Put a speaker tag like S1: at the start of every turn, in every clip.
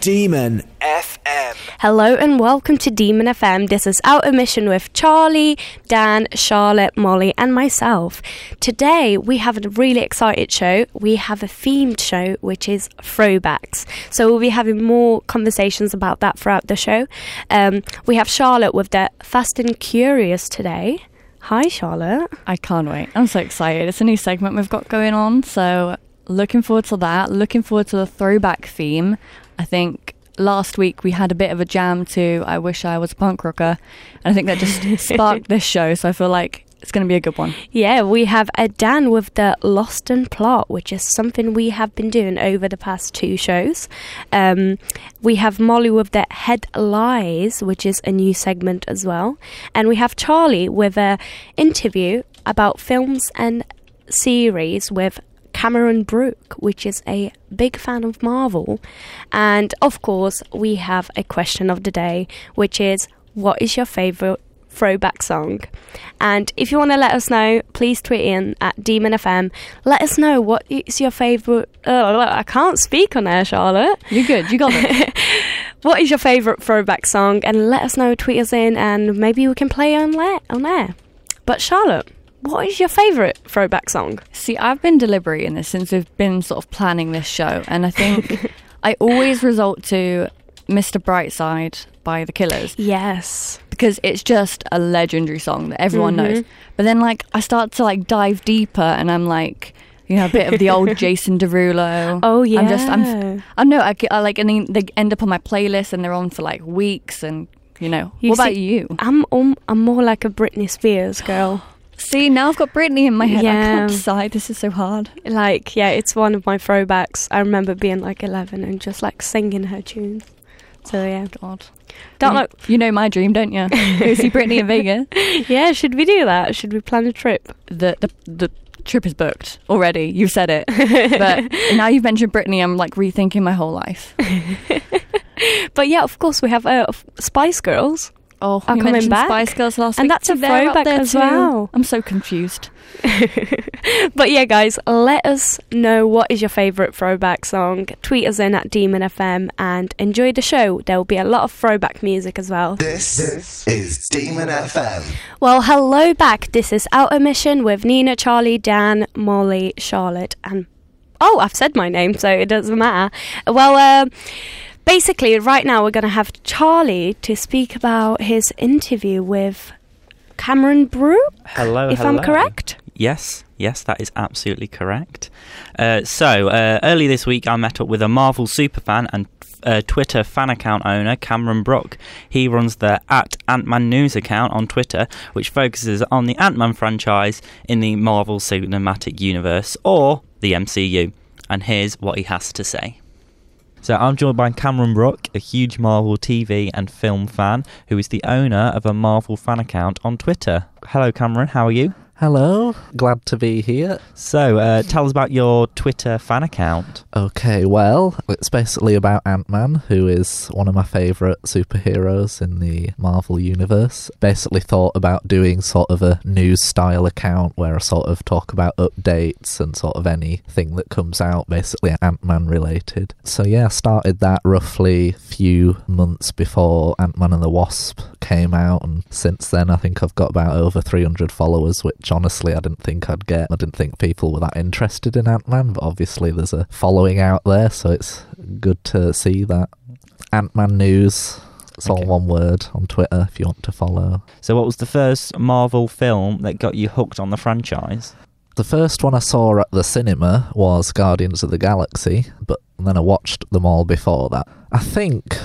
S1: Demon FM.
S2: Hello and welcome to Demon FM. This is our Emission with Charlie, Dan, Charlotte, Molly, and myself. Today we have a really excited show. We have a themed show which is throwbacks. So we'll be having more conversations about that throughout the show. Um, we have Charlotte with the Fast and Curious today. Hi, Charlotte.
S3: I can't wait. I'm so excited. It's a new segment we've got going on. So, looking forward to that. Looking forward to the throwback theme. I think last week we had a bit of a jam to I Wish I Was a Punk Rocker. And I think that just sparked this show. So, I feel like it's going to be a good one.
S2: Yeah, we have a Dan with the Lost and Plot, which is something we have been doing over the past two shows. Um, we have Molly with the Head Lies, which is a new segment as well, and we have Charlie with a interview about films and series with Cameron Brooke, which is a big fan of Marvel, and of course we have a question of the day, which is what is your favorite throwback song. And if you want to let us know, please tweet in at Demon FM. Let us know what is your favourite. Oh, look, I can't speak on air, Charlotte.
S3: You're good. You got it.
S2: What is your favourite throwback song? And let us know. Tweet us in, and maybe we can play on air. On air. But Charlotte, what is your favourite throwback song?
S3: See, I've been deliberating this since we've been sort of planning this show. And I think I always resort to Mr. Brightside by The Killers.
S2: Yes.
S3: because it's just a legendary song that everyone
S2: Mm-hmm.
S3: knows. But then like I start to like dive deeper and I'm like you know a bit of the old Jason Derulo.
S2: Oh,
S3: I'm just
S2: yeah.
S3: I'm I know I, get- I like and then they end up on my playlist and they're on for like weeks and you know. what about
S2: see-
S3: you?
S2: I'm um, I'm more like a Britney Spears girl.
S3: See now I've got Britney in my head. I
S2: Yeah.
S3: can't decide. This is so hard.
S2: like, yeah, it's one of my throwbacks. I remember being like 11 and just like singing her tunes. So yeah,
S3: God.
S2: don't
S3: you,
S2: like
S3: you know my dream, don't you? Go see Britney in Vegas.
S2: Yeah, should we do that? Should we plan a trip?
S3: the the the trip is booked already. You've said it, but now you've mentioned Britney. I'm like rethinking my whole life.
S2: But yeah, of course, we have uh, f- Spice Girls.
S3: Oh,
S2: Are
S3: we
S2: coming
S3: mentioned
S2: back.
S3: Spice Girls last
S2: And
S3: week.
S2: that's a
S3: See, they're up
S2: throwback
S3: there
S2: as
S3: too.
S2: well.
S3: I'm so confused.
S2: But yeah, guys, let us know what is your favourite throwback song. Tweet us in at Demon FM and enjoy the show. There will be a lot of throwback music as well.
S1: This is Demon FM.
S2: Well, hello back. This is Out Emission with Nina, Charlie, Dan, Molly, Charlotte, and oh, I've said my name, so it doesn't matter. Well, um basically, right now we're going to have Charlie to speak about his interview with Cameron Brew.
S4: Hello,
S2: if I'm
S4: hello.
S2: correct.
S4: Yes, yes, that is absolutely correct. Uh, so, uh, early this week, I met up with a Marvel superfan and uh, Twitter fan account owner, Cameron Brook. He runs the at Ant-Man News account on Twitter, which focuses on the Ant-Man franchise in the Marvel Cinematic Universe, or the MCU. And here's what he has to say. So I'm joined by Cameron Brook, a huge Marvel TV and film fan, who is the owner of a Marvel fan account on Twitter. Hello, Cameron. How are you?
S5: Hello, glad to be here.
S4: So, uh, tell us about your Twitter fan account.
S5: Okay, well, it's basically about Ant Man, who is one of my favourite superheroes in the Marvel Universe. Basically, thought about doing sort of a news style account where I sort of talk about updates and sort of anything that comes out, basically Ant Man related. So, yeah, I started that roughly few months before Ant Man and the Wasp came out, and since then, I think I've got about over 300 followers, which honestly, I didn't think I'd get. I didn't think people were that interested in Ant Man, but obviously, there's a following out there, so it's good to see that. Ant Man News, it's all
S4: Okay.
S5: one word on Twitter if you want to follow.
S4: So, what was the first Marvel film that got you hooked on the franchise?
S5: The first one I saw at the cinema was Guardians of the Galaxy, but then I watched them all before that. I think,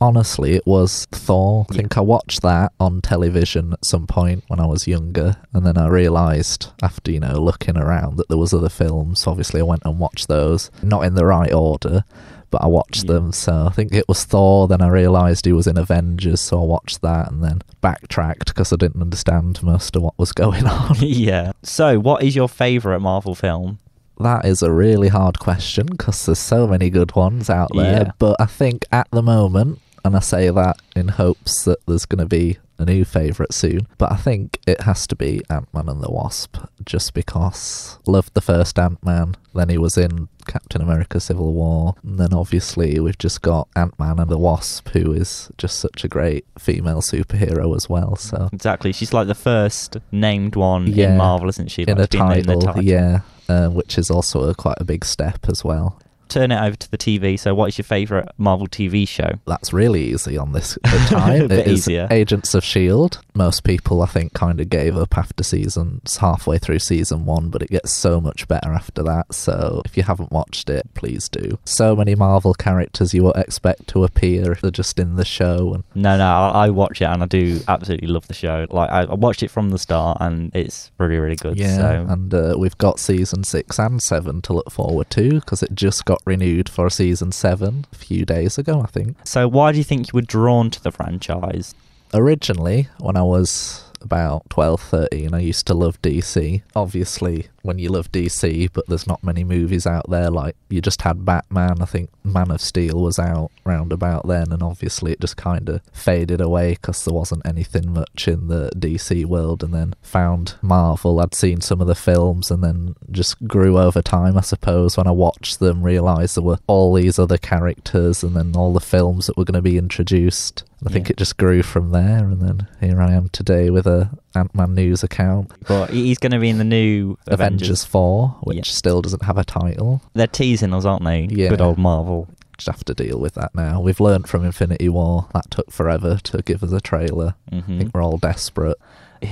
S5: honestly, it was Thor. I
S4: Yeah.
S5: think I watched that on television at some point when I was younger, and then I realised after, you know, looking around that there was other films. Obviously, I went and watched those, not in the right order, but I watched
S4: Yeah.
S5: them. So I think it was Thor. Then I realised he was in Avengers, so I watched that, and then backtracked because I didn't understand most of what was going on.
S4: yeah. So, what is your favourite Marvel film?
S5: That is a really hard question because there's so many good ones out there.
S4: Yeah.
S5: But I think at the moment, and I say that in hopes that there's going to be a new favourite soon. But I think it has to be Ant Man and the Wasp, just because loved the first Ant Man. Then he was in Captain America: Civil War, and then obviously we've just got Ant Man and the Wasp, who is just such a great female superhero as well. So
S4: Exactly. She's like the first named one
S5: Yeah.
S4: in Marvel, isn't she? Like,
S5: in a
S4: she's been named the
S5: title, yeah, uh, which is also a, quite a big step as well.
S4: Turn it over to the TV. So, what is your favourite Marvel TV show?
S5: That's really easy on this time.
S4: Bit
S5: it is
S4: easier.
S5: Agents of Shield. E Most people, I think, kind of gave up after seasons halfway through season one, but it gets so much better after that. So if you haven't watched it, please do. So many Marvel characters you won't expect to appear if they're just in the show, and
S4: No, no, I, I watch it and I do absolutely love the show. Like I, I watched it from the start and it's really, really good.
S5: Yeah,
S4: so.
S5: and uh, we've got season six and seven to look forward to because it just got renewed for season seven a few days ago, I think.
S4: so why do you think you were drawn to the franchise?
S5: Originally, when I was about 12, 13, I used to love DC. Obviously, when you love DC, but there's not many movies out there, like you just had Batman, I think Man of Steel was out round about then, and obviously it just kind of faded away because there wasn't anything much in the DC world, and then found Marvel. I'd seen some of the films and then just grew over time, I suppose, when I watched them, realised there were all these other characters and then all the films that were going to be introduced. And I think
S4: Yeah.
S5: it just grew from there, and then here I am today with a Ant Man news account.
S4: But he- he's going to be in the new
S5: Avengers, 4, which
S4: Yeah.
S5: still doesn't have a title.
S4: They're teasing us, aren't they?
S5: Yeah.
S4: Good old Marvel.
S5: Just have to deal with that now. We've learnt from Infinity War that took forever to give us a trailer. I
S4: hmm
S5: think we're all desperate.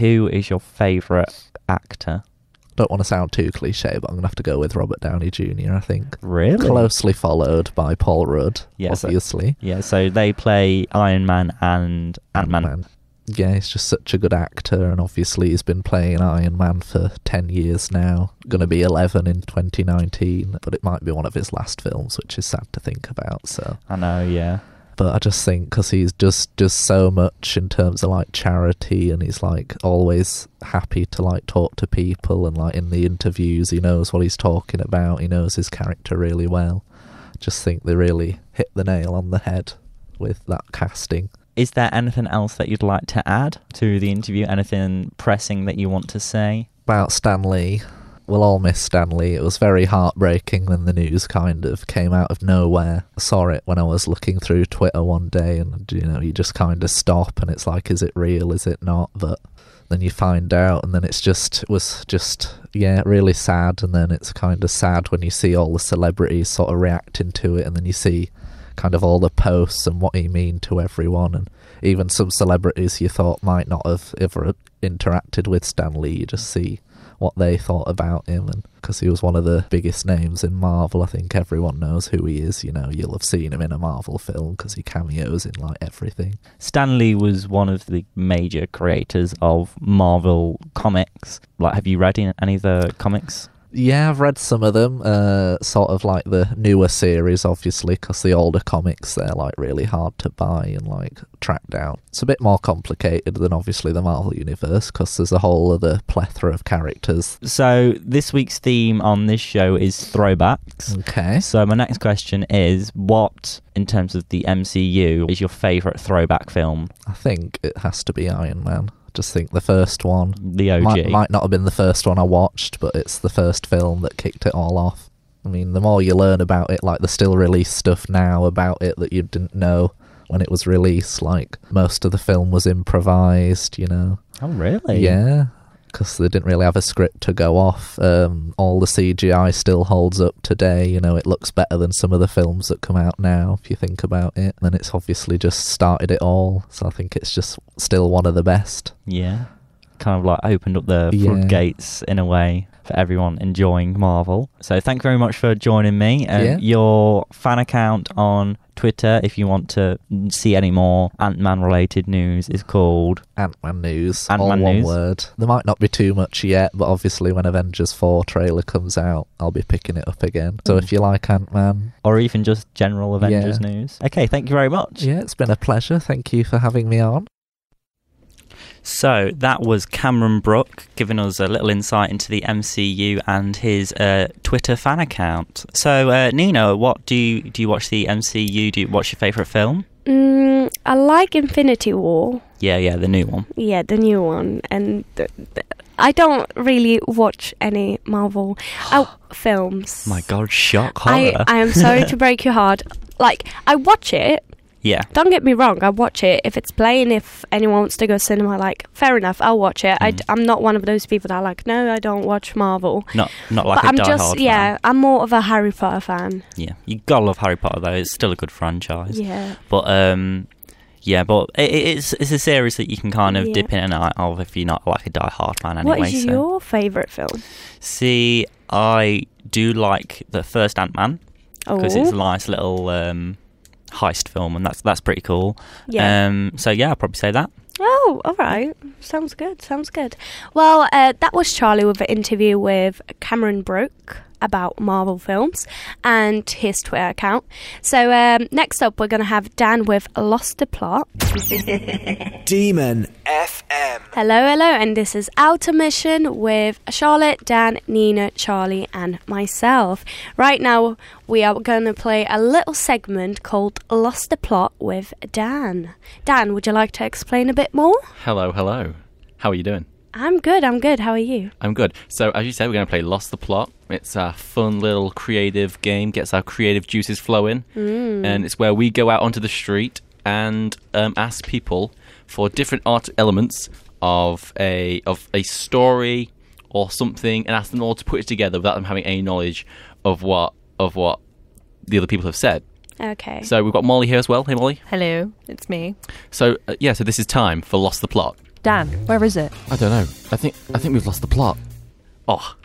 S4: Who is your favourite actor?
S5: Don't want to sound too cliche, but I'm gonna have to go with Robert Downey Jr. I think.
S4: Really?
S5: Closely followed by Paul Rudd,
S4: Yes, uh,
S5: obviously.
S4: Yeah, so they play Iron Man and Ant Man.
S5: Ant-Man. Yeah, he's just such a good actor, and obviously he's been playing Iron Man for 10 years now. Going to be 11 in 2019, but it might be one of his last films, which is sad to think about. So,
S4: I know, yeah.
S5: but I just think because he's just does so much in terms of like charity, and he's like always happy to like talk to people, and like in the interviews, he knows what he's talking about. He knows his character really well. Just think they really hit the nail on the head with that casting.
S4: Is there anything else that you'd like to add to the interview? Anything pressing that you want to say?
S5: about Stanley. We'll all miss Stanley. It was very heartbreaking when the news kind of came out of nowhere. I saw it when I was looking through Twitter one day, and you know, you just kind of stop and it's like, is it real? Is it not? But then you find out, and then it's just it was just yeah, really sad. And then it's kind of sad when you see all the celebrities sort of reacting to it, and then you see kind of all the posts and what he mean to everyone and even some celebrities you thought might not have ever interacted with Stanley you just see what they thought about him and because he was one of the biggest names in Marvel I think everyone knows who he is you know you'll have seen him in a Marvel film because he cameos in like everything
S4: Stanley was one of the major creators of Marvel comics. Like, have you read in- any of the comics?
S5: Yeah, I've read some of them. Uh, sort of like the newer series, obviously, because the older comics they're like really hard to buy and like track down. It's a bit more complicated than obviously the Marvel universe because there's a whole other plethora of characters.
S4: So, this week's theme on this show is throwbacks.
S5: Okay,
S4: So, my next question is what, in terms of the MCU, is your favourite throwback film?
S5: I think it has to be Iron Man. Just think the first one
S4: The OG.
S5: might, might not have been the first one I watched, but it's the first film that kicked it all off. I mean, the more you learn about it, like they still release stuff now about it that you didn't know when it was released. Like most of the film was improvised, you know.
S4: Oh, really?
S5: Yeah, because they didn't really have a script to go off. Um, all the CGI still holds up today. You know, it looks better than some of the films that come out now. If you think about it, and it's obviously just started it all. So I think it's just still one of the best.
S4: Yeah. Kind of like opened up the
S5: Yeah.
S4: floodgates in a way for everyone enjoying Marvel. So thank you very much for joining me. Um,
S5: Yeah.
S4: Your fan account on Twitter, if you want to see any more Ant Man related news, is called.
S5: Ant Man news.
S4: Ant-Man
S5: all one
S4: news.
S5: word. There might not be too much yet, but obviously when Avengers four trailer comes out, I'll be picking it up again. So if you like Ant Man,
S4: Or even just general Avengers
S5: Yeah.
S4: news. Okay, thank you very much.
S5: yeah, it's been a pleasure. Thank you for having me on.
S4: So that was Cameron Brook giving us a little insight into the MCU and his uh, Twitter fan account. So uh, Nina, what do you do? You watch the MCU? Do you, what's your favorite film?
S2: Mm, I like Infinity War.
S4: Yeah, yeah, the new one.
S2: Yeah, the new one. And th- th- I don't really watch any Marvel uh, films.
S4: My God, shock
S2: I,
S4: horror.
S2: I am sorry to break your heart. Like, I watch it.
S4: Yeah,
S2: Don't get me wrong, I watch it. If it's playing, if anyone wants to go cinema, like, fair enough, I'll watch it. I d-
S4: Mm.
S2: I'm not one of those people that are like, no, I don't watch Marvel.
S4: not not like
S2: but
S4: a
S2: I'm
S4: diehard
S2: just,
S4: fan.
S2: yeah, I'm more of a Harry Potter fan.
S4: yeah. You gotta love Harry Potter though. It's still a good franchise.
S2: Yeah.
S4: But um, yeah, but it, it- it's it's a series that you can kind of
S2: Yeah.
S4: dip in and out of if you're not like a diehard fan anyway.
S2: what is
S4: so.
S2: your favourite film?
S4: See, I do like the first Ant Man
S2: Oh,
S4: because it's a nice little um, heist film, and that's that's pretty cool.
S2: yeah.
S4: Um, so yeah, I'll probably say that.
S2: Oh, all right. Sounds good. Sounds good. Well, uh, that was Charlie with an interview with Cameron Brooke about Marvel films and his Twitter account. So um, next up, we're going to have Dan with Lost the Plot.
S1: Demon FM.
S2: Hello, hello, and this is Outer Mission with Charlotte, Dan, Nina, Charlie, and myself. Right now, we are going to play a little segment called Lost the Plot with Dan. Dan, would you like to explain a bit more?
S6: Hello, hello. How are you doing?
S2: I'm good, I'm good. How are you?
S6: I'm good. So, as you said, we're going to play Lost the Plot. It's a fun little creative game, gets our creative juices flowing. And it's where we go out onto the street and um, ask people for different art elements of a of a story or something and ask them all to put it together without them having any knowledge of what of what the other people have said.
S2: Okay.
S6: So, we've got Molly here as well. Hey Molly.
S7: Hello, it's me.
S6: So, uh, yeah, so this is time for Lost the Plot.
S7: Dan, where is it?
S6: I don't know. I think I think we've lost the plot. Oh,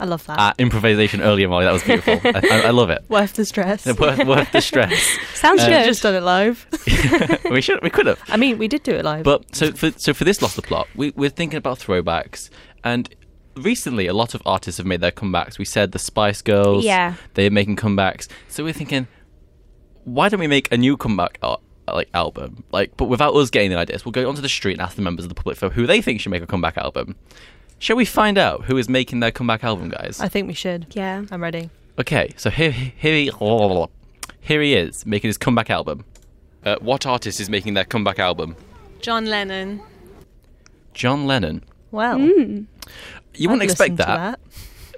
S7: I love that.
S6: uh, improvisation earlier, Molly. That was beautiful. I, I, I love it.
S7: Worth the stress.
S6: worth, worth the stress.
S2: Sounds
S6: Uh,
S7: Should
S2: good.
S7: have just done it live.
S6: we should. We could have.
S7: I mean, we did do it live.
S6: But so for so for this lost the plot, we, we're thinking about throwbacks, and recently a lot of artists have made their comebacks. We said the Spice Girls.
S2: Yeah.
S6: They're making comebacks. So we're thinking, why don't we make a new comeback art? Like album, like, but without us getting the ideas, we'll go onto the street and ask the members of the public for who they think should make a comeback album. Shall we find out who is making their comeback album, guys?
S7: I think we should.
S2: yeah.
S7: I'm ready.
S6: Okay, so here, here, he, here he is making his comeback album. Uh, what artist is making their comeback album?
S7: John Lennon.
S6: John Lennon.
S7: Well,
S6: Hmm, You wouldn't expect that.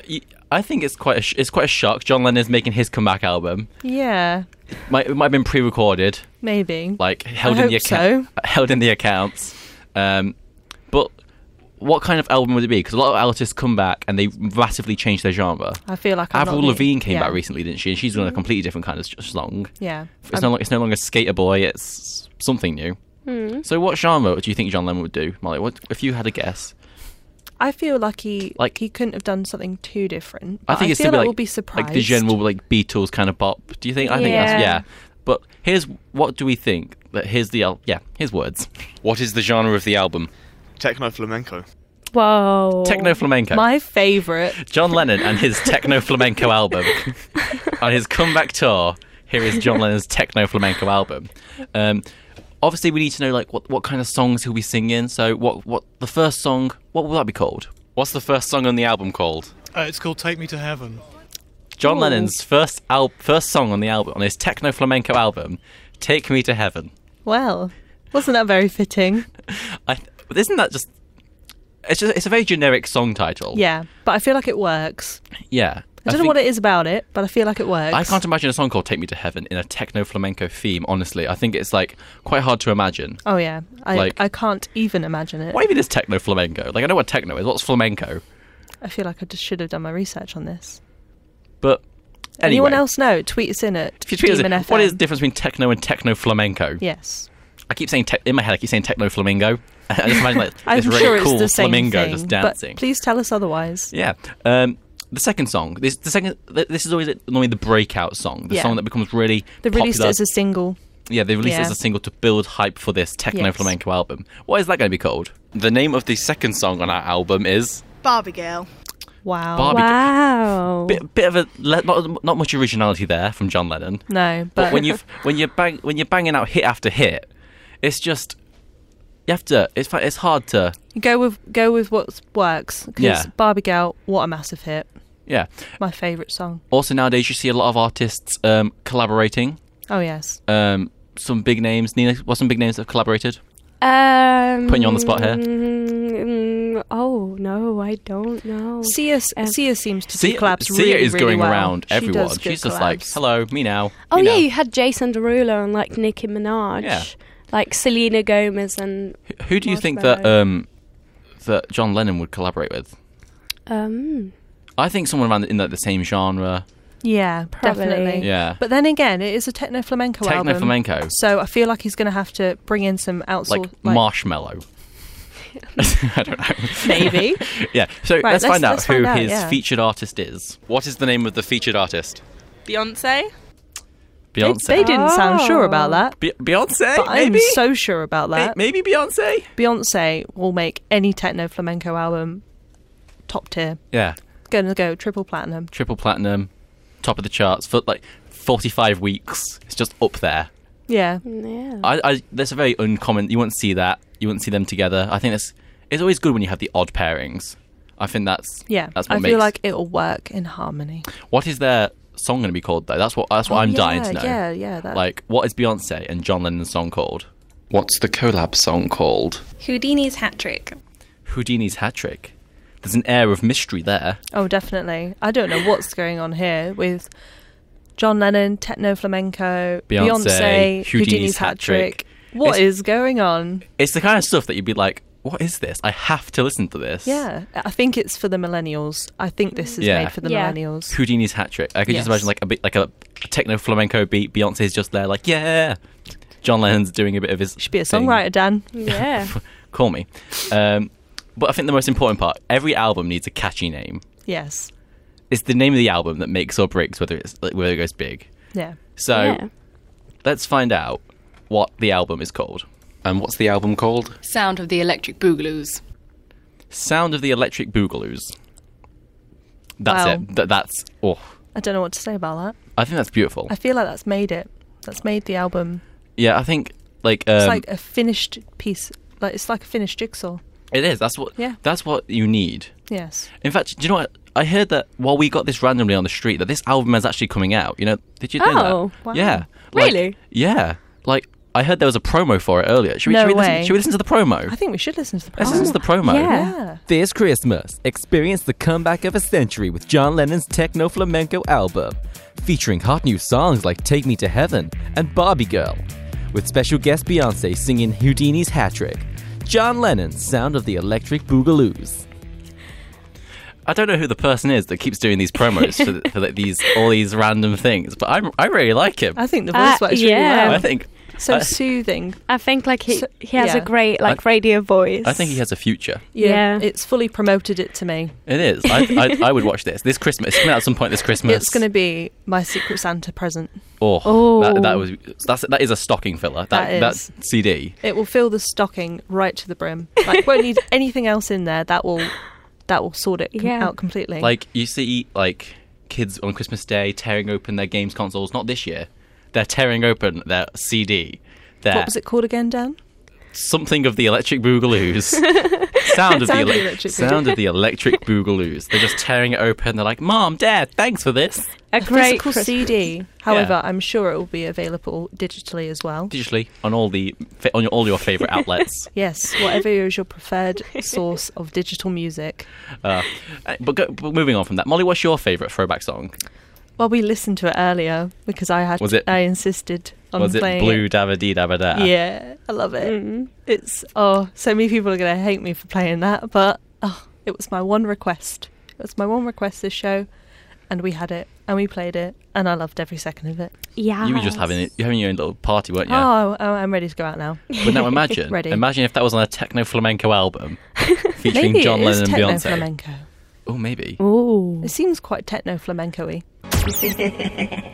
S6: You- I think it's quite a sh- it's quite a shock. John Lennon is making his comeback album.
S7: Yeah,
S6: Might, it might have been pre-recorded,
S7: maybe.
S6: like held
S7: I
S6: in the
S7: hope
S6: account, held in the accounts. Um, but what kind of album would it be? Because a lot of artists come back and they massively change their genre.
S7: I feel like I'm
S6: Avril
S7: not me.
S6: Lavigne came
S7: yeah. Mm-hmm.
S6: back recently, didn't she? And she's done a completely different kind of s- song.
S7: Yeah, Um,
S6: It's no, lo- it's no longer Skater Boy. It's something new.
S2: Hmm.
S6: So, what genre do you think John Lennon would do, Molly? What if you had a guess?
S7: I feel like he
S6: Like-
S7: like he couldn't have done something too different. But I
S6: think it's
S7: feel
S6: gonna
S7: like
S6: be
S7: we'll be surprised.
S6: like the general like Beatles kind of pop. Do you think? I think that's
S2: Yeah.
S6: yeah. But here's what do we think? That here's the al- yeah. Here's words. What is the genre of the album?
S8: Techno flamenco.
S2: Whoa.
S7: Oh.
S6: Techno flamenco.
S7: My favorite.
S6: John Lennon and his techno flamenco album. on his comeback tour, here is John Lennon's techno flamenco album. Um, obviously, we need to know like what, what kind of songs he'll be singing. So, what what the first song? What will that be called? What's the first song on the album called?
S9: Uh, it's called Take Me to Heaven.
S6: John Lennon's first al- first song on the album on his techno flamenco album, "Take Me to Heaven."
S7: Well, wasn't that very fitting?
S6: I th- isn't that just? It's just it's a very generic song title.
S7: Yeah, but I feel like it works.
S6: yeah.
S7: I don't know
S6: think-
S7: what it is about it, but I feel like it works.
S6: I can't imagine a song called "Take Me to Heaven" in a techno flamenco theme. Honestly, I think it's like quite hard to imagine.
S7: Oh yeah, I
S6: Like-
S7: I can't even imagine it.
S6: What even is techno flamenco? Like I know what techno is. What's flamenco?
S7: I feel like I just should have done my research on this.
S6: But anyway,
S7: Anyone else know? Tweet us in at
S6: If you tweet us,
S7: Demon FM.
S6: what is the difference between techno and techno flamenco?
S7: Yes,
S6: I keep saying tech in my head. I keep saying techno flamingo. I just imagine like
S7: I'm
S6: this really
S7: sure
S6: cool
S7: it's the same
S6: flamingo
S7: thing,
S6: just dancing.
S7: But please tell us otherwise.
S6: Yeah. Um, the second song. This the second. th- This is always normally the breakout song, the
S7: Yeah.
S6: song that becomes really.
S7: They released
S6: popular.
S7: it as a single.
S6: yeah. They released it as
S7: yeah.
S6: a single to build hype for this techno
S7: Yes.
S6: flamenco album. What is that going to be called? The name of the second song on our album is
S10: Barbie girl.
S7: Wow.
S6: Barbie.
S2: Wow.
S6: bit, bit of a le- not not much originality there from John Lennon.
S7: No,
S6: But,
S7: but
S6: when you when you bang when you're banging out hit after hit, it's just you have to. It's fi- it's hard to
S7: go with go with what works. 'cause
S6: Yeah.
S7: Barbie Girl, what a massive hit.
S6: yeah.
S7: My favourite song.
S6: Also nowadays you see a lot of artists um, collaborating.
S7: Oh yes.
S6: um, some big names. Nina, what's some big names that have collaborated?
S2: Um,
S6: Putting you on the spot here.
S2: mm, oh no, I don't know.
S7: Sia,
S2: Um,
S7: Sia seems to do
S6: Sia,
S7: collabs
S6: Sia
S7: really,
S6: is
S7: really
S6: going
S7: well.
S6: around
S7: She does
S6: everyone.
S7: good
S6: She's just like,
S7: collabs.
S6: hello, me now.
S2: oh
S6: me
S2: yeah,
S6: now."
S2: you had Jason Derulo and like Nicki Minaj,
S6: Yeah.
S2: like Selena Gomez and
S6: Who- Who do you think that
S2: Marshmallow.
S6: um, that John Lennon would collaborate with?
S2: um.
S6: I think someone around in like the same genre.
S7: Yeah,
S2: Probably.
S7: definitely.
S6: Yeah.
S7: But then again, it is a techno flamenco
S6: Techno
S7: album.
S6: flamenco.
S7: So I feel like he's going to have to bring in some outsourced.
S6: like, marshmallow. I don't know.
S7: Maybe.
S6: yeah. So
S7: Right,
S6: let's,
S7: let's-
S6: find out
S7: let's
S6: who
S7: find out,
S6: his
S7: yeah.
S6: featured artist is. What is the name of the featured artist?
S8: Beyonce?
S7: They,
S6: Beyonce.
S7: they didn't sound sure about
S2: Oh.
S7: that.
S6: Be- Beyonce?
S7: But
S6: maybe.
S7: I'm so sure about
S6: May-
S7: that.
S6: maybe Beyonce.
S7: Beyonce will make any techno flamenco album top tier.
S6: Yeah.
S7: Gonna go triple platinum.
S6: Triple platinum, top of the charts for like forty-five weeks. It's just up there.
S7: Yeah.
S2: Yeah.
S6: I, I that's a very uncommon. You won't see that. You won't see them together. I think that's. It's always good when you have the odd pairings. I think that's.
S7: Yeah.
S6: That's what
S7: I
S6: makes.
S7: feel like it'll work in harmony.
S6: what is their song going to be called though? That's what. That's what
S7: Oh,
S6: I'm dying
S7: yeah,
S6: to know.
S7: yeah, yeah, that-
S6: Like, what is Beyonce and John Lennon's song called? What's the collab song called?
S8: Houdini's hat trick.
S6: Houdini's hat trick. There's an air of mystery there.
S7: Oh, definitely. I don't know what's going on here with John Lennon, techno flamenco,
S6: Beyonce,
S7: Beyonce,
S6: Houdini's
S7: Houdini's,
S6: hat
S7: hat
S6: trick.
S7: trick. What
S6: It's-
S7: is going on?
S6: It's the kind of stuff that you'd be like, "What is this? I have to listen to this."
S7: Yeah, I think it's for the millennials. I think this is
S6: Yeah.
S7: made for the
S2: Yeah.
S7: millennials.
S6: Houdini's hat trick. I could
S7: Yes.
S6: just imagine like a bit like a techno flamenco beat. Beyonce's just there, like yeah. John Lennon's doing a bit of his.
S7: Should be a
S6: thing.
S7: songwriter, Dan.
S2: yeah.
S6: Call me. Um, but I think the most important part: every album needs a catchy name.
S7: Yes.
S6: It's the name of the album that makes or breaks whether it's like, whether it goes big.
S7: Yeah.
S6: So
S2: yeah.
S6: let's find out what the album is called. And what's the album called?
S10: Sound of the electric boogaloos.
S6: Sound of the Electric Boogaloos. That's
S7: Wow.
S6: it. Th- that's oh,
S7: I don't know what to say about that.
S6: I think that's beautiful.
S7: I feel like that's made it. That's made the album.
S6: yeah, I think like um,
S7: It's like a finished piece. Like it's like a finished jigsaw.
S6: it is. That's what.
S7: Yeah.
S6: That's what you need.
S7: Yes.
S6: In fact, do you know what? I heard that while we got this randomly on the street, that this album is actually coming out. You know, did you know that?
S2: Oh,
S7: wow.
S6: Yeah. Like-
S2: Really?
S6: Yeah. Like I heard there was a promo for it earlier. Should we,
S7: No
S6: should we,
S7: way.
S6: Listen, should we listen to the promo?
S7: I think we should listen to the.
S6: Let's listen to the
S7: promo.
S6: promo.
S2: Yeah.
S7: Yeah.
S11: This Christmas, experience the comeback of a century with John Lennon's techno flamenco album, featuring hot new songs like Take Me to Heaven and Barbie Girl, with special guest Beyonce singing Houdini's hat trick. John Lennon's Sound of the Electric Boogaloos.
S6: I don't know who the person is that keeps doing these promos for, th- for like, these all these random things, but I'm, I really like him.
S7: I think the
S2: Uh,
S7: voice works
S2: yeah.
S7: really
S6: I
S7: well.
S6: think
S7: So
S6: I,
S7: soothing.
S2: I think like he
S7: So-
S2: he has a
S7: yeah.
S2: great like
S6: I-
S2: radio voice.
S6: I think he has a future.
S2: Yeah.
S7: It's fully promoted it to me.
S6: It is. I, I, I would watch this this Christmas. It's coming out at some point this Christmas.
S7: It's going to be my Secret Santa present.
S6: Oh,
S2: Oh.
S6: That, that was that's that is a stocking filler. That
S7: That
S6: that,
S7: is.
S6: CD.
S7: It will fill the stocking right to the brim. Like won't need anything else in there. That will that will sort it com-
S2: Yeah.
S7: out completely.
S6: Like you see, like kids on Christmas Day tearing open their games consoles. Not this year. They're tearing open their CD. Their
S7: what was it called again, Dan?
S6: Something of the Electric Boogaloos. sound of the,
S7: Sound of the
S6: elec-
S7: Electric
S6: sound of the Electric Boogaloos. They're just tearing it open. They're like, Mom, Dad, thanks for this.
S2: a great
S7: Physical
S2: Christmas-
S7: CD. However, I'm sure it will be available digitally as well.
S6: Digitally on all the on your, all your favorite outlets.
S7: Yes, whatever is your preferred source of digital music.
S6: uh, but, go, but moving on from that, Molly, what's your favorite throwback song?
S7: Well, we listened to it earlier because I had
S6: Was it-
S7: I insisted on
S6: was it
S7: playing
S6: Blue Dabba Dee Dabba Da?
S7: Yeah, I love it.
S12: Mm.
S2: Mm-hmm.
S7: It's oh, so many people are going to hate me for playing that, but oh, it was my one request. It was my one request this show, and we had it, and we played it, and I loved every second of it.
S2: Yeah.
S6: You were just having it, you having your own little party, weren't you?
S7: Oh, oh, I'm ready to go out now.
S6: But now imagine,
S7: Ready.
S6: imagine if that was on a techno flamenco album featuring
S7: Maybe
S6: John
S7: it is
S6: Lennon and
S7: techno
S6: Beyonce.
S7: flamenco.
S6: Oh, maybe.
S2: Ooh.
S7: It seems quite techno flamenco-y.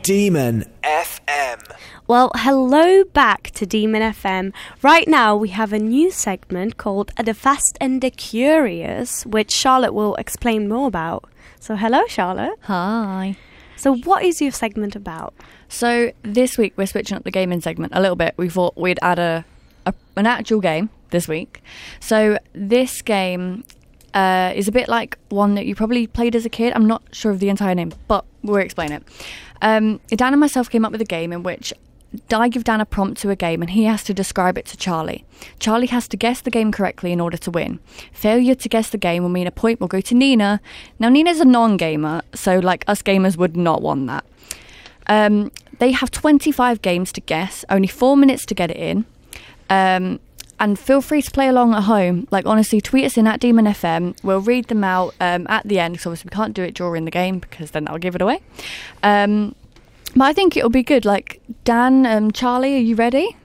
S1: Demon FM.
S2: Well, hello back to Demon FM. Right now, we have a new segment called The Fast and the Curious, which Charlotte will explain more about. So, hello, Charlotte.
S3: Hi.
S2: So, what is your segment about?
S3: So this week we're switching up the gaming segment a little bit. We thought we'd add a, a an actual game this week. So this game uh, is a bit like one that you probably played as a kid. I'm not sure of the entire name, but we'll explain it. Um, Dan and myself came up with a game in which I give Dan a prompt to a game and he has to describe it to Charlie. Charlie has to guess the game correctly in order to win. Failure to guess the game will mean a point will go to Nina. Now, Nina's a non gamer, so like us gamers would not want that. Um, they have 25 games to guess, only four minutes to get it in. Um, and feel free to play along at home. Like, honestly, tweet us in at Demon FM. We'll read them out um, at the end because obviously we can't do it during the game because then that'll give it away. Um, but I think it'll be good. Like, Dan, um, Charlie, are you ready?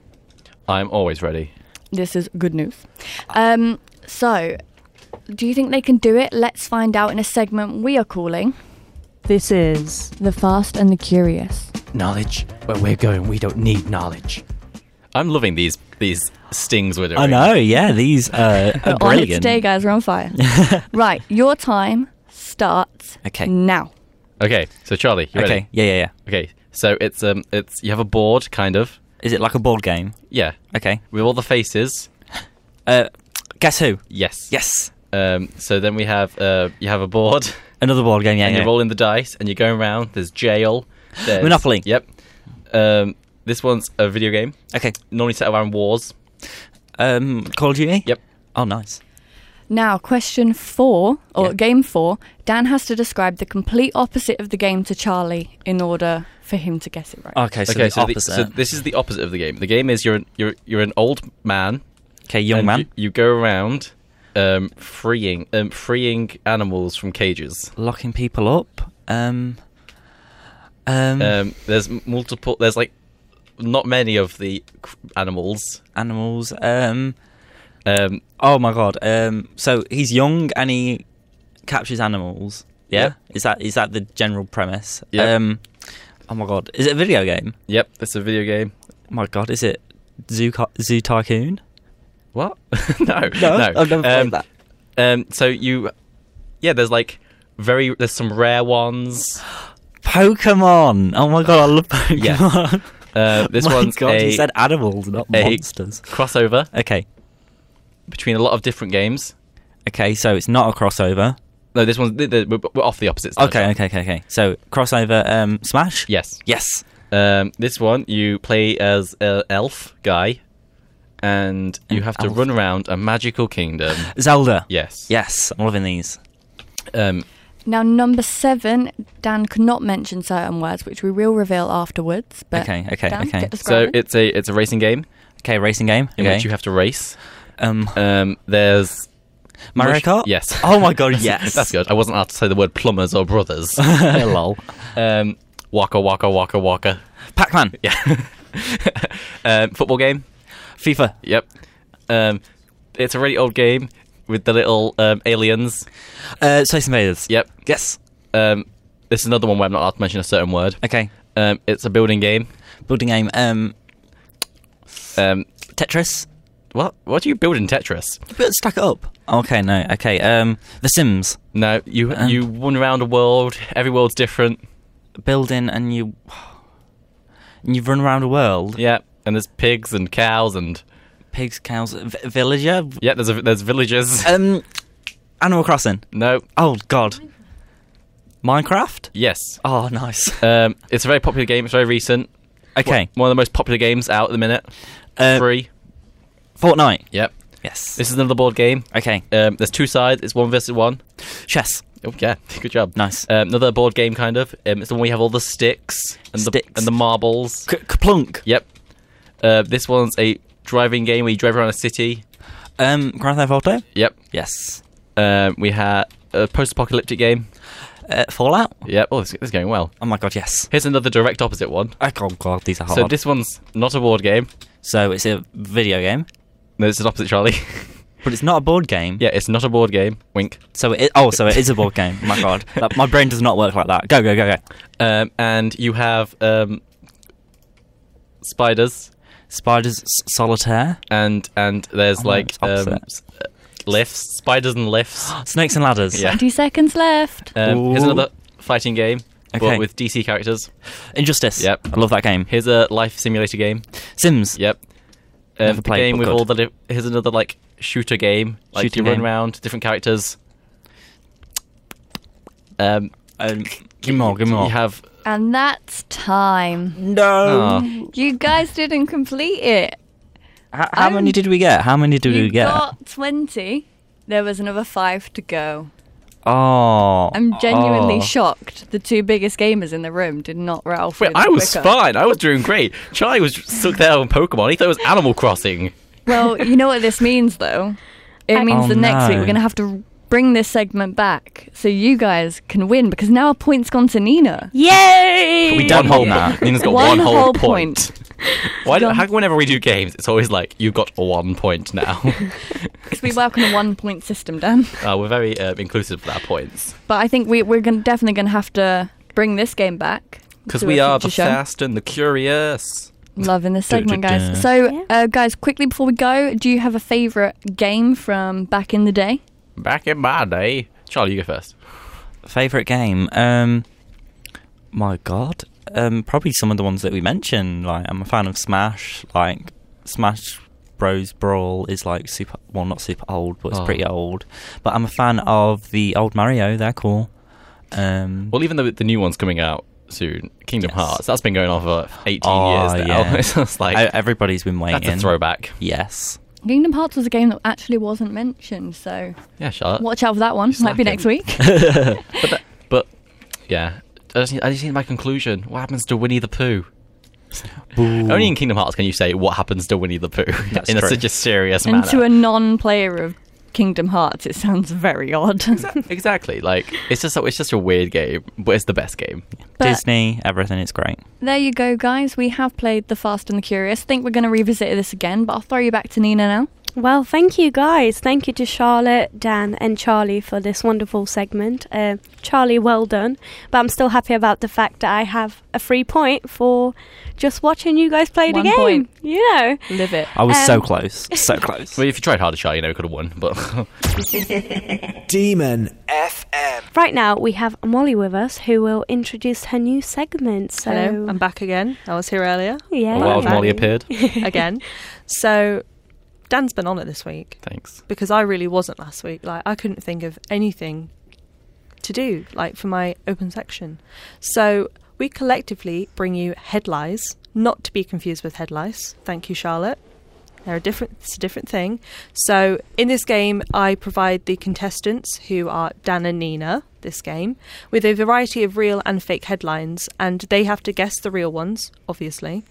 S6: I'm always ready.
S3: This is good news. Um, so, do you think they can do it? Let's find out in a segment we are calling
S12: This is
S3: The Fast and the Curious.
S11: Knowledge. Where we're going, we don't need knowledge.
S6: I'm loving these these stings we're doing.
S4: I know, yeah, these uh,
S3: We're
S4: are
S3: on it
S4: brilliant.
S3: today, guys. We're on fire. right, your time starts
S4: Okay.
S3: now.
S6: Okay, so Charlie, you ready?
S4: Okay, yeah, yeah, yeah.
S6: Okay, so it's um, it's you have a board, kind of.
S4: Is it like a board game?
S6: Yeah,
S4: Okay.
S6: with all the faces.
S4: Uh, guess who?
S6: Yes.
S4: Yes.
S6: Um, so then we have uh, you have a board,
S4: Another board game, yeah.
S6: and
S4: yeah.
S6: you're rolling the dice, and you're going around. There's jail. There's,
S4: Monopoly.
S6: Yep. Um, this one's a video game.
S4: Okay.
S6: Normally set around wars.
S4: Um, Call of Duty?
S6: Yep.
S4: Oh, nice.
S3: Now, question four, or
S4: Yeah.
S3: game four, Dan has to describe the complete opposite of the game to Charlie in order for him to guess it right.
S4: Okay, so the
S6: so, the-
S4: opposite.
S6: so this is the opposite of the game. The game is you're an, you're you're an old man,
S4: okay, young
S6: and
S4: man.
S6: You, you go around, um, freeing um, freeing animals from cages.
S4: Locking people up. Um, um,
S6: Um, there's m- multiple. There's like not many of the c- animals.
S4: animals. Um,
S6: Um,
S4: oh my god. Um, so he's young and he captures animals. Yeah.
S6: Yep.
S4: Is that is that the general premise?
S6: Yep.
S4: Um, oh my god. Is it a video game?
S6: yep, it's a video game.
S4: Oh my god. Is it Zoo Ca- Zoo Tycoon?
S6: What? no, no,
S4: I've never played
S6: um,
S4: that.
S6: Um, so you, yeah, there's like very there's some rare ones.
S4: Pokemon. Oh my god. I love Pokemon.
S6: Uh, this
S4: my
S6: one's
S4: god.
S6: a
S4: he said animals, not
S6: a-
S4: monsters.
S6: crossover
S4: Okay.
S6: between a lot of different games.
S4: Okay. So it's not a crossover.
S6: No, this one's th- th- we're we're off the opposite side.
S4: Okay. Okay. Okay. Okay. So crossover. Um, Smash.
S6: Yes.
S4: Yes.
S6: Um, this one you play as an elf guy, and you
S4: An
S6: have to
S4: elf.
S6: run around a magical kingdom.
S4: Zelda.
S6: yes.
S4: Yes. I'm loving these.
S6: Um,
S3: Now, number seven, Dan could not mention certain words, which we will reveal afterwards. But
S4: Okay, okay,
S3: Dan,
S4: okay.
S3: Get
S6: so
S3: describing.
S6: it's a it's a racing game
S4: Okay, racing game.
S6: in
S4: okay.
S6: which you have to race.
S4: um,
S6: Um, there's
S4: Mario
S6: mush-
S4: Kart.
S6: Yes.
S4: Oh my god.
S6: That's-
S4: Yes.
S6: That's good. I wasn't allowed to say the word plumbers or brothers. Lol. Um, waka waka waka waka.
S4: Pac-Man.
S6: Yeah. um, football game.
S4: FIFA.
S6: Yep. Um, it's a really old game with the little um, aliens.
S4: Uh, Space Invaders.
S6: Yep.
S4: Yes.
S6: Um, this is another one where I'm not allowed to mention a certain word.
S4: Okay.
S6: Um, it's a building game.
S4: Building game. Um,
S6: Um,
S4: Tetris.
S6: what? What do you build in Tetris?
S4: But stack it up. Okay. No. Okay. Um, The Sims.
S6: No, you
S4: Um,
S6: you run around a world. Every world's different.
S4: Building and you. And you've run around a world.
S6: Yeah, and there's pigs and cows and
S4: Pigs, cows, v- villager.
S6: yeah, there's a, there's villages.
S4: Um, Animal Crossing.
S6: no.
S4: Oh God. Minecraft.
S6: Yes.
S4: Oh, nice.
S6: Um, it's a very popular game. It's very recent.
S4: Okay.
S6: One of the most popular games out at the minute.
S4: Uh,
S6: Free.
S4: Fortnite.
S6: Yep.
S4: Yes.
S6: This is another board game.
S4: okay.
S6: Um, there's two sides. It's one versus one.
S4: Chess.
S6: Oh yeah, good job.
S4: Nice.
S6: Um, another board game kind of. Um, it's the one where you have all the sticks and
S4: Sticks.
S6: the and the marbles.
S4: K- Kaplunk.
S6: Yep. Uh, this one's a driving game where you drive around a city.
S4: Um, Grand Theft Auto.
S6: Yep.
S4: Yes.
S6: Um, we had a post-apocalyptic game.
S4: Uh, Fallout.
S6: Yep. Oh, this, this is going well.
S4: Oh my god, yes.
S6: Here's another direct opposite one.
S4: I can't god, these are hard.
S6: So this one's not a board game.
S4: So it's a video game,
S6: No, this is opposite Charlie.
S4: but it's not a board game.
S6: yeah, it's not a board game. Wink.
S4: So it oh, so it is a board game. My god, That- my brain does not work like that. Go go go go.
S6: Um, and you have um, spiders,
S4: Spiders s- solitaire,
S6: and and there's
S4: Oh, no,
S6: like
S4: it's
S6: um,
S4: opposite.
S6: s- uh, lifts, spiders and lifts.
S4: snakes and ladders.
S6: Yeah.
S3: 20 seconds left.
S6: Um, here's
S4: Ooh.
S6: another fighting game,
S4: Okay.
S6: but with DC characters.
S4: Injustice.
S6: Yep.
S4: I love that game.
S6: Here's a life simulator game.
S4: Sims.
S6: Yep. Um,
S4: Never
S6: the
S4: played,
S6: game
S4: but
S6: with
S4: good.
S6: all the. Li- here's another like shooter game. Like
S4: Shooting
S6: you run
S4: game.
S6: around different characters. Um,
S4: Um, give me more. Give me more.
S6: you have ah.
S3: And that's time. Oh.
S4: No.
S3: You guys didn't complete it.
S4: H- how many did we get? How many did
S3: you
S4: we get?
S3: got 20. There was another five to go.
S4: oh.
S3: I'm genuinely
S4: oh.
S3: shocked. The two biggest gamers in the room did not rattle through
S6: Ah. Wait, I
S3: them
S6: was
S3: quicker.
S6: fine. I was doing great. Charlie was stuck there on Pokemon. He thought it was Animal Crossing.
S3: Well, you know what this means, though? It means
S6: Oh,
S3: the next week
S6: no.
S3: we're going to have to bring this segment back so you guys can win because now a point's gone to Nina.
S2: Yay!
S6: We done whole now. Nina's got
S3: One
S6: one, whole,
S3: whole
S6: point. Why? Do, how come whenever we do games, it's always like you've got one point now.
S3: Because we work on a one point system, Dan.
S6: uh, we're very uh, inclusive with our points
S3: But I think we, we're gonna, definitely going to have to bring this game back.
S6: because
S3: to
S6: we
S3: a
S6: are
S3: future
S6: the
S3: show.
S6: fast and the curious.
S3: Loving this
S6: Du- du-
S3: segment,
S6: du.
S3: guys. So, uh, guys, quickly before we go, do you have a favourite game from back in the day?
S6: Back in my day, Charlie, you go first.
S4: Favorite game? Um, my God, um, probably some of the ones that we mentioned. Like, I'm a fan of Smash. Like, Smash Bros. Brawl is like super. Well, not super old, but it's
S6: Oh.
S4: pretty old. But I'm a fan of the old Mario. They're cool. Um,
S6: Well, even though the new one's coming out soon, Kingdom Hearts, that's been going on for 18 years now.
S4: Oh, yeah.
S6: It's just like,
S4: E- everybody's been waiting.
S6: that's a throwback.
S4: Yes.
S3: Kingdom Hearts was a game that actually wasn't mentioned, so
S6: Yeah, Charlotte.
S3: watch out for that one. Might be next week.
S6: but, that, but yeah, I just, need- I just need my conclusion. What happens to Winnie the Pooh? Only in Kingdom Hearts can you say what happens to Winnie the Pooh
S4: That's
S6: in a,
S4: true.
S6: such a serious
S3: and to
S6: manner.
S3: a non-player of Kingdom Hearts, it sounds very odd.
S6: exactly. Like it's just a, it's just a weird game, but it's the best game.
S3: But-
S4: Disney, everything is great.
S3: there you go, guys. We have played the Fast and the Curious. think we're going to revisit this again, but I'll throw you back to Nina now.
S2: Well, thank you guys. Thank you to Charlotte, Dan, and Charlie for this wonderful segment. Uh, Charlie, well done. But I'm still happy about the fact that I have a free point for just watching you guys play
S3: One
S2: the game.
S3: point.
S2: You know,
S3: Live it.
S4: I was so
S2: Um,
S4: close. So close.
S6: Well, if you tried harder, Charlie, you know, could have won. But
S1: Demon FM.
S2: Right now, we have Molly with us who will introduce her new segment. So, Oh,
S7: Hello, I'm back again. I was here earlier.
S2: yeah.
S6: Well, Wild Molly appeared.
S7: again. So Dan's been on it this week
S6: Thanks.
S7: because I really wasn't last week. Like I couldn't think of anything to do like for my open section. So we collectively bring you headlies, not to be confused with headlice. Thank you, Charlotte. They're a different. It's a different thing. So in this game, I provide the contestants who are Dan and Nina. This game with a variety of real and fake headlines, and they have to guess the real ones, obviously.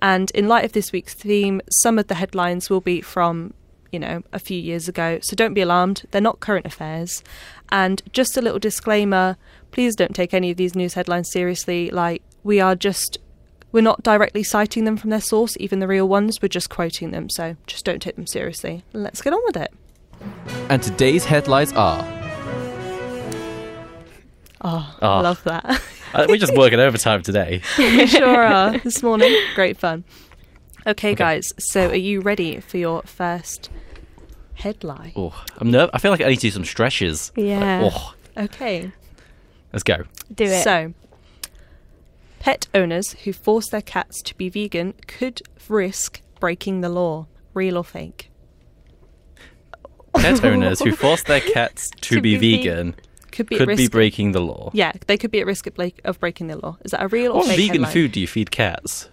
S7: And in light of this week's theme, some of the headlines will be from you know, a few years ago. So don't be alarmed, they're not current affairs. And just a little disclaimer please don't take any of these news headlines seriously. Like, we are just, we're not directly citing them from their source, even the real ones, we're just quoting them. So just don't take them seriously. Let's get on with it.
S11: And today's headlines are
S7: Oh,
S6: Oh.
S7: I love that.
S6: Uh, we're just working overtime today.
S7: we sure are this morning. Great fun. Okay, guys, so are you ready for your first headline?
S6: Oh, I'm nerv- I feel like I need to do some stretches. Like,
S2: Yeah.
S6: oh,
S7: Okay.
S6: let's go.
S2: Do it.
S7: So, pet owners who force their cats to be vegan could risk breaking the law. Real or fake?
S6: Pet owners who force their cats
S2: To
S6: to, be,
S2: be ve-
S6: vegan
S7: Could be
S6: could
S7: at risk.
S6: be breaking the law.
S7: yeah, they could be at risk of, break- of breaking the law. Is that a real or
S6: What
S7: fake?
S6: vegan
S7: headline?
S6: food do you feed cats?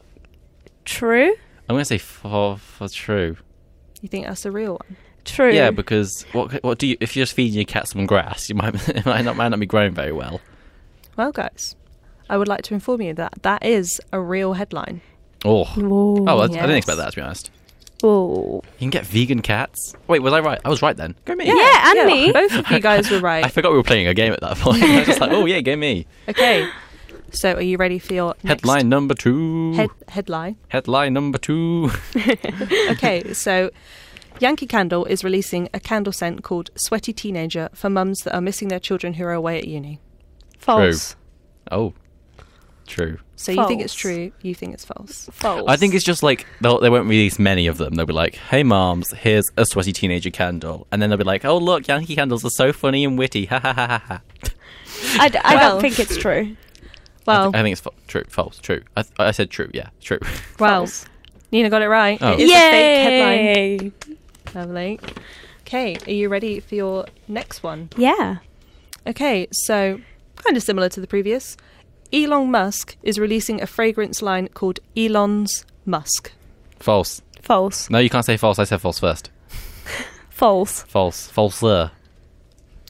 S2: true,
S6: I'm gonna say for for true.
S7: You think that's a real one?
S2: true.
S6: Yeah, because what what do you if you're just feeding your cat some grass, you might it might not might not be growing very well.
S7: Well, guys, I would like to inform you that that is a real headline.
S6: Oh,
S7: Mm,
S2: Ooh.
S6: oh, I, I didn't
S3: yes.
S6: expect that to be honest.
S2: Ooh.
S6: You can get vegan cats. Wait, was I right? I was right then. Go me.
S2: Yeah, and me.
S7: Both of you guys were
S6: I
S7: right.
S6: forgot we were playing a game at that point. I was just like, oh yeah, go me.
S7: Okay. So, are you ready for your next
S6: Headline number two.
S7: head- headline?
S6: Headline number two.
S7: okay, so Yankee Candle is releasing a candle scent called Sweaty Teenager for mums that are missing their children who are away at uni.
S2: False.
S6: Oh, true.
S7: So you think it's
S2: False.
S7: true, you think it's false.
S2: False.
S6: I think it's just like they'll, they won't release many of them. They'll be like, "Hey, moms, here's a sweaty teenager candle," and then they'll be like, "Oh, look, Yankee candles are so funny and witty." Ha ha ha ha ha.
S2: I, d- I
S7: Well.
S2: don't think it's true.
S6: I,
S7: Well,
S6: thi- I think it's fa- true, false, true. I, th- I said true. Yeah, true.
S7: well, Nina got it right.
S6: Oh.
S7: It is a fake
S2: Yay!
S7: headline. Lovely. Okay, are you ready for your next one?
S2: Yeah.
S7: Okay, so kind of similar to the previous. Elon Musk is releasing a fragrance line called Elon's Musk.
S6: False.
S2: False.
S6: No, you can't say false. I said false first.
S2: False.
S6: False. uh. Falser.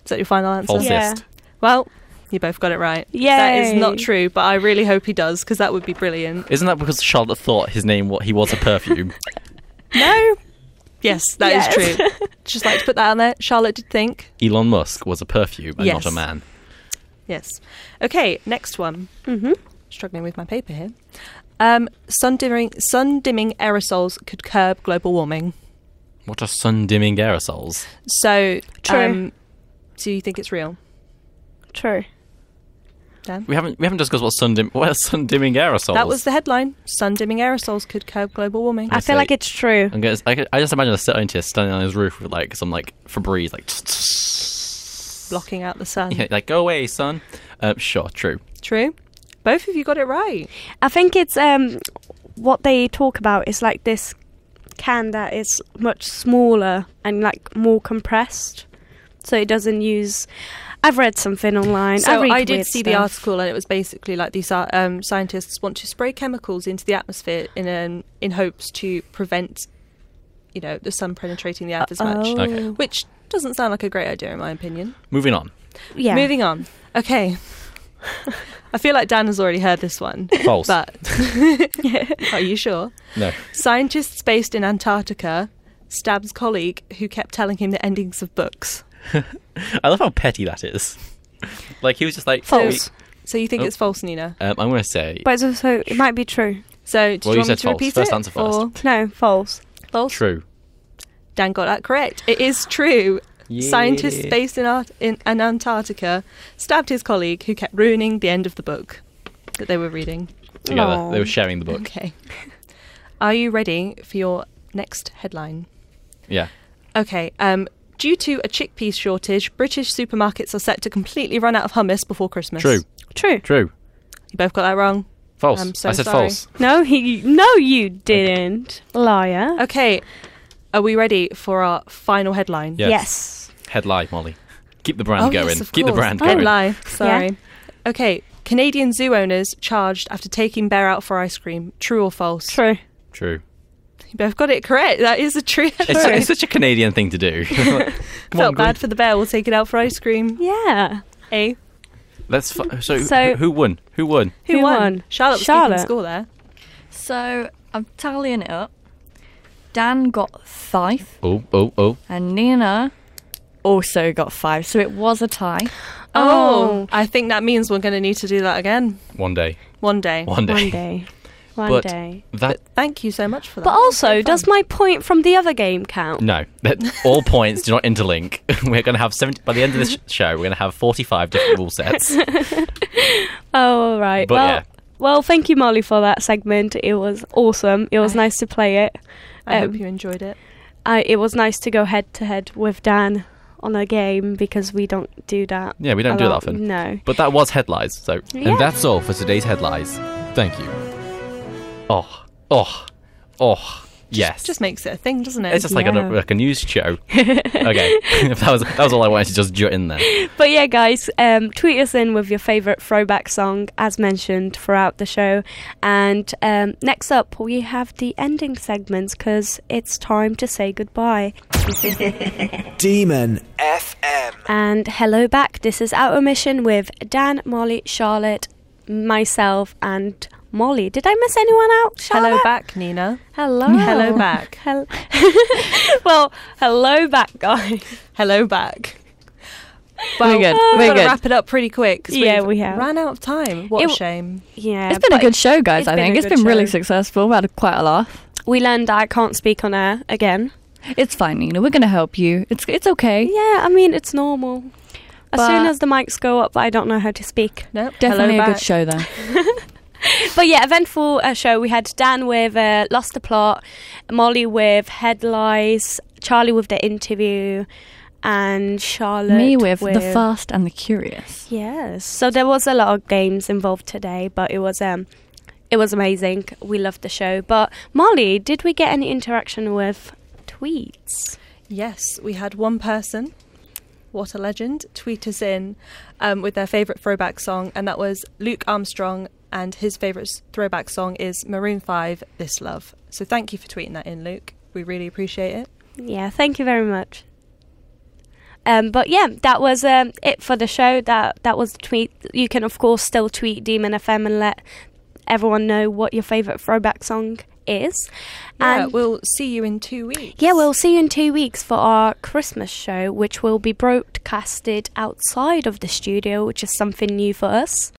S7: Is that your final
S2: Oh.
S7: answer?
S6: Falsest. Yeah.
S7: Well, you both got it right. Yeah. That is not true, but I really hope he does because that would be brilliant.
S6: Isn't that because Charlotte thought his name what he was a perfume?
S7: No. Yes, that is true. Just like to put that on there. Charlotte did think.
S6: Elon Musk was a perfume and
S7: Yes.
S6: not a man.
S7: Yes. Okay, next one. Mm-hmm. Struggling with my paper here. Um, sun dimming sun dimming aerosols could curb global warming.
S6: What are sun dimming aerosols?
S7: So
S2: True.
S7: Um, do you think it's real?
S2: True.
S7: Dan?
S6: We haven't we haven't discussed what sun dim what are sun dimming aerosols.
S7: That was the headline. Sun dimming aerosols could curb global warming.
S2: I feel like it's true.
S6: I'm gonna, I, could- I just imagine a scientist standing on his roof with like some like Febreze like
S7: blocking out the sun.
S6: yeah, like go away son. Um, sure, true.
S7: True. Both of you got it right.
S2: I think it's um what they talk about is like this can that is much smaller and like more compressed, so it doesn't use. I've read something online.
S7: So
S2: I, read
S7: I did
S2: weird
S7: see
S2: stuff.
S7: the article, and it was basically like these uh, um, scientists want to spray chemicals into the atmosphere in an, in hopes to prevent, you know, the sun penetrating the earth as much.
S2: oh. Okay.
S7: Which doesn't sound like a great idea, in my opinion.
S6: Moving on.
S2: Yeah.
S7: Moving on. Okay. I feel like Dan has already heard this one.
S6: False.
S7: But are you sure?
S6: No.
S7: Scientists based in Antarctica stabs colleague who kept telling him the endings of books.
S6: I love how petty that is. like he was just like
S7: False. So you think
S6: Oh.
S7: it's false, Nina?
S6: Um, I'm gonna say
S2: But it's also it might be true.
S7: So do
S6: Well,
S7: you
S6: you
S7: want me
S6: said
S7: to
S6: false.
S7: repeat
S6: First
S7: it?
S6: answer first.
S7: Or
S2: No, false.
S7: false?
S6: true.
S7: Dan got that correct. It is true. Scientists
S6: Yeah.
S7: based in, Ar- in, in Antarctica stabbed his colleague who kept ruining the end of the book that they were reading.
S6: Together.
S2: Aw.
S6: They were sharing the book.
S7: Okay. Are you ready for your next headline?
S6: Yeah.
S7: Okay. Um, due to a chickpea shortage, British supermarkets are set to completely run out of hummus before Christmas.
S6: True.
S2: True.
S6: True.
S7: You both got that wrong.
S6: False.
S7: I'm so
S6: I said
S7: sorry.
S6: false.
S2: No, he. No, you didn't, liar.
S7: Okay. Are we ready for our final headline?
S6: Yes.
S2: Yes.
S6: Head lie, Molly. Keep the brand
S7: oh,
S6: going.
S7: Yes, of
S6: Keep the
S7: course.
S6: brand
S7: oh,
S6: going.
S7: lie. Sorry. Okay. Canadian zoo owners charged after taking bear out for ice cream. True or false?
S2: True.
S6: True.
S7: You both got it correct. That is a true.
S6: It's, it's such a Canadian thing to do.
S7: Felt bad for the bear. We'll take it out for ice cream.
S2: Yeah.
S7: Eh?
S6: That's fu- so,
S2: So-
S6: who, who won? Who won?
S7: Who,
S2: Who
S7: won?
S2: won?
S7: Charlotte was
S2: Charlotte.
S7: keeping score there.
S3: So I'm tallying it up. Dan got five,
S6: Oh, oh, oh.
S3: and Nina also got five. So it was a tie.
S2: Oh.
S7: I think that means we're going to need to do that again
S6: One day.
S7: one day.
S6: One day.
S2: One day. One
S6: but
S2: day.
S6: That
S7: Thank you so much for that.
S2: But also, does my point from the other game count?
S6: no. That all points do not interlink. We're going to have 70 by the end of this show, we're going to have 45 different rule sets.
S2: Oh, all right.
S6: But
S2: well,
S6: yeah.
S2: well, thank you, Molly, for that segment. It was awesome. It was
S7: I-
S2: nice to play it.
S7: I
S2: um,
S7: hope you enjoyed it.
S2: I, it was nice to go head to head with Dan on a game because we don't do that.
S6: Yeah, we
S2: a
S6: don't do that
S2: lot.
S6: often.
S2: No.
S6: But that was headlines. So,
S2: Yeah.
S11: And that's all for today's headlines. Thank you.
S6: oh, oh, oh. Yes.
S7: Just makes it a thing, doesn't it?
S6: it's just like, a,
S2: Yeah.
S6: like a news show. okay. that was that was all I wanted to just jut in there.
S2: But yeah, guys, um, tweet us in with your favourite throwback song, as mentioned throughout the show. And um, next up, we have the ending segments because it's time to say goodbye.
S1: Demon FM.
S2: And hello back. This is Outer Mission with Dan, Molly, Charlotte, myself, and Molly. Did I miss anyone out? Charlotte?
S7: Hello back, Nina.
S2: Hello.
S7: Hello back.
S2: Hel- well, hello back, guys.
S7: Hello back. Well,
S3: good,
S7: We've
S3: we're
S7: got to
S3: good.
S7: wrap it up pretty quick. 'cause
S2: Yeah,
S7: we've
S2: we have.
S7: Ran out of time. What
S2: It
S7: a
S2: w-
S7: shame.
S2: Yeah.
S3: it's been a
S2: but
S3: good show, guys.
S2: it's
S3: I
S2: been
S3: think
S2: a
S3: it's
S2: good
S3: been really
S2: show.
S3: successful. We had quite a laugh.
S2: We learned I can't speak on air again.
S3: It's fine, Nina. We're going to help you. It's it's okay.
S2: Yeah, I mean, it's normal. As
S3: But-
S2: soon as the mics go up, I don't know how to speak.
S7: No,
S3: Definitely
S7: hello
S3: a
S7: back.
S3: good show, though.
S2: But yeah, eventful uh, show. We had Dan with uh, Lost the Plot, Molly with Head Lies, Charlie with the interview, and Charlotte
S3: Me with, the fast and the curious.
S2: Yes. So there was a lot of games involved today, but it was um it was amazing. We loved the show. But Molly, did we get any interaction with tweets?
S7: Yes, we had one person What a Legend, tweet us in um, with their favourite throwback song, and that was Luke Armstrong, and his favourite s- throwback song is Maroon 5, This Love. So thank you for tweeting that in, Luke. We really appreciate it.
S2: Yeah, thank you very much. Um, but yeah, that was um, it for the show. That that was the tweet. You can of course still tweet Demon FM and let everyone know what your favourite throwback song is.
S7: Yeah,
S2: and
S7: we'll see you in two weeks.
S2: yeah, we'll see you in two weeks for our Christmas show, which will be broadcasted outside of the studio, which is something new for us.